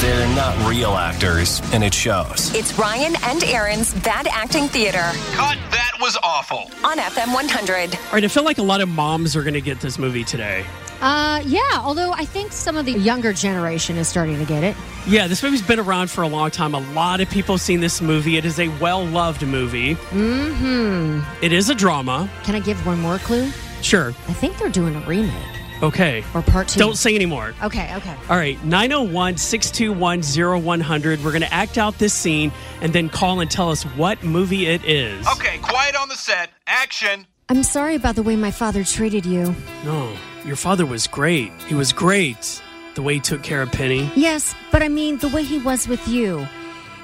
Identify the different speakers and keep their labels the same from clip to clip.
Speaker 1: They're not real actors, and it shows.
Speaker 2: It's Ryan and Aaron's Bad Acting Theater
Speaker 3: Cut, that was awful.
Speaker 2: on FM 100.
Speaker 4: All right, I feel like a lot of moms are going to get this movie today.
Speaker 5: Uh, yeah, although I think some of the younger generation is starting to get it.
Speaker 4: Yeah, this movie's been around for a long time. A lot of people have seen this movie. It is a well loved movie. Mm-hmm. is a drama.
Speaker 5: Can I give one more clue?
Speaker 4: Sure.
Speaker 5: I think they're doing a remake
Speaker 4: Okay.
Speaker 5: or part 2
Speaker 4: Don't say anymore.
Speaker 5: Okay, okay.
Speaker 4: All right, 901 621 0100. We're going to act out this scene and then call and tell us what movie it is.
Speaker 3: Okay, quiet on the set. Action.
Speaker 5: I'm sorry about the way my father treated you.
Speaker 4: No, your father was great. He was great. The way he took care of Penny.
Speaker 5: Yes, but I mean the way he was with you.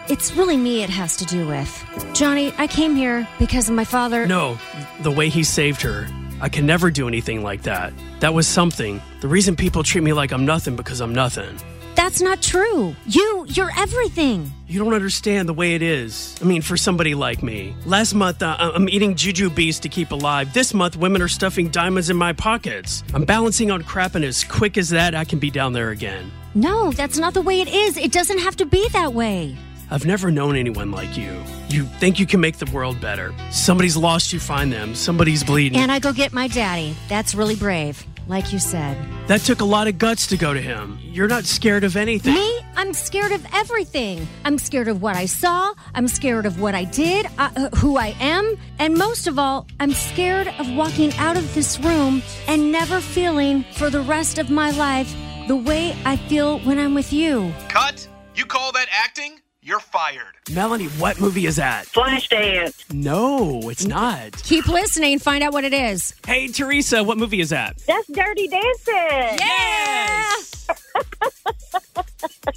Speaker 5: It's really me it has to do with. Johnny, I came here because of my father.
Speaker 4: No, the way he saved her. I can never do anything like that. That was something. The reason people treat me like I'm nothing because I'm nothing.
Speaker 5: That's not true. You, you're everything.
Speaker 4: You don't understand the way it is. I mean, for somebody like me. Last month, uh, I- I'm eating juju bees to keep alive. This month, women are stuffing diamonds in my pockets. I'm balancing on crap, and as quick as that, I can be down there again.
Speaker 5: No, that's not the way it is. It doesn't have to be that way.
Speaker 4: I've never known anyone like you. You think you can make the world better. Somebody's lost, you find them. Somebody's bleeding.
Speaker 5: And I go get my daddy. That's really brave, like you said.
Speaker 4: that took a lot of guts to go to him. You're not scared of anything.
Speaker 5: Me? I'm scared of everything. I'm scared of what I saw. I'm scared of what I did, uh, who I am. And most of all, I'm scared of walking out of this room and never feeling for the rest of my life the way I feel when I'm with you.
Speaker 3: Cut. You call that acting? You're fired.
Speaker 4: Melanie, what movie is that?
Speaker 6: Flashdance.
Speaker 4: No, it's not.
Speaker 5: Keep listening, find out what it is.
Speaker 4: Hey, Teresa, what movie is that?
Speaker 6: That's Dirty Dancing.
Speaker 5: Yes!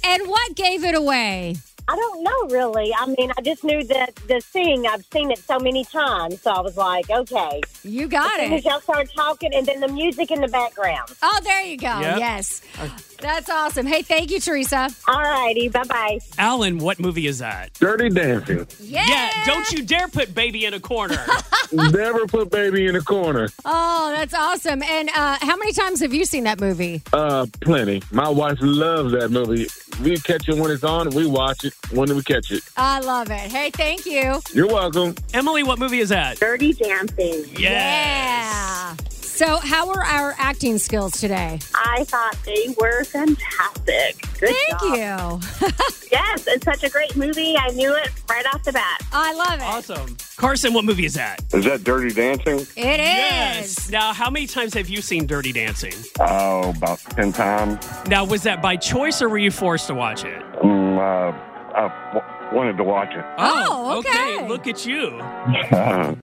Speaker 5: and what gave it away?
Speaker 6: I don't know really. I mean, I just knew that the thing. I've seen it so many times, so I was like, okay.
Speaker 5: You got
Speaker 6: As soon as
Speaker 5: it.
Speaker 6: y'all start talking, and then the music in the background.
Speaker 5: Oh, there you go.
Speaker 4: Yep.
Speaker 5: Yes. That's awesome. Hey, thank you, Teresa.
Speaker 6: All righty, bye bye.
Speaker 4: Alan, what movie is that?
Speaker 7: Dirty dancing.
Speaker 5: Yeah.
Speaker 4: Yeah, don't you dare put baby in a corner.
Speaker 7: Never put baby in the corner.
Speaker 5: Oh, that's awesome. And uh, how many times have you seen that movie?
Speaker 7: Uh, plenty. My wife loves that movie. We catch it when it's on. We watch it when we catch it.
Speaker 5: I love it. Hey, thank you.
Speaker 7: You're welcome.
Speaker 4: Emily, what movie is that?
Speaker 6: Dirty Dancing.
Speaker 5: Yeah. So, how were our acting skills today?
Speaker 6: I thought they were fantastic. Good
Speaker 5: Thank
Speaker 6: job.
Speaker 5: you.
Speaker 6: Yes, it's such a great movie. I knew it right off the bat.
Speaker 5: I love it.
Speaker 4: Awesome. Carson, what movie is that?
Speaker 8: Is that Dirty Dancing?
Speaker 5: It is.
Speaker 4: Now, how many times have you seen Dirty Dancing?
Speaker 8: Oh, about 10 times.
Speaker 4: Now, was that by choice or were you forced to watch it?
Speaker 8: Um, uh, I w- wanted to watch it. Uh,
Speaker 5: Oh, okay.
Speaker 4: Look at you.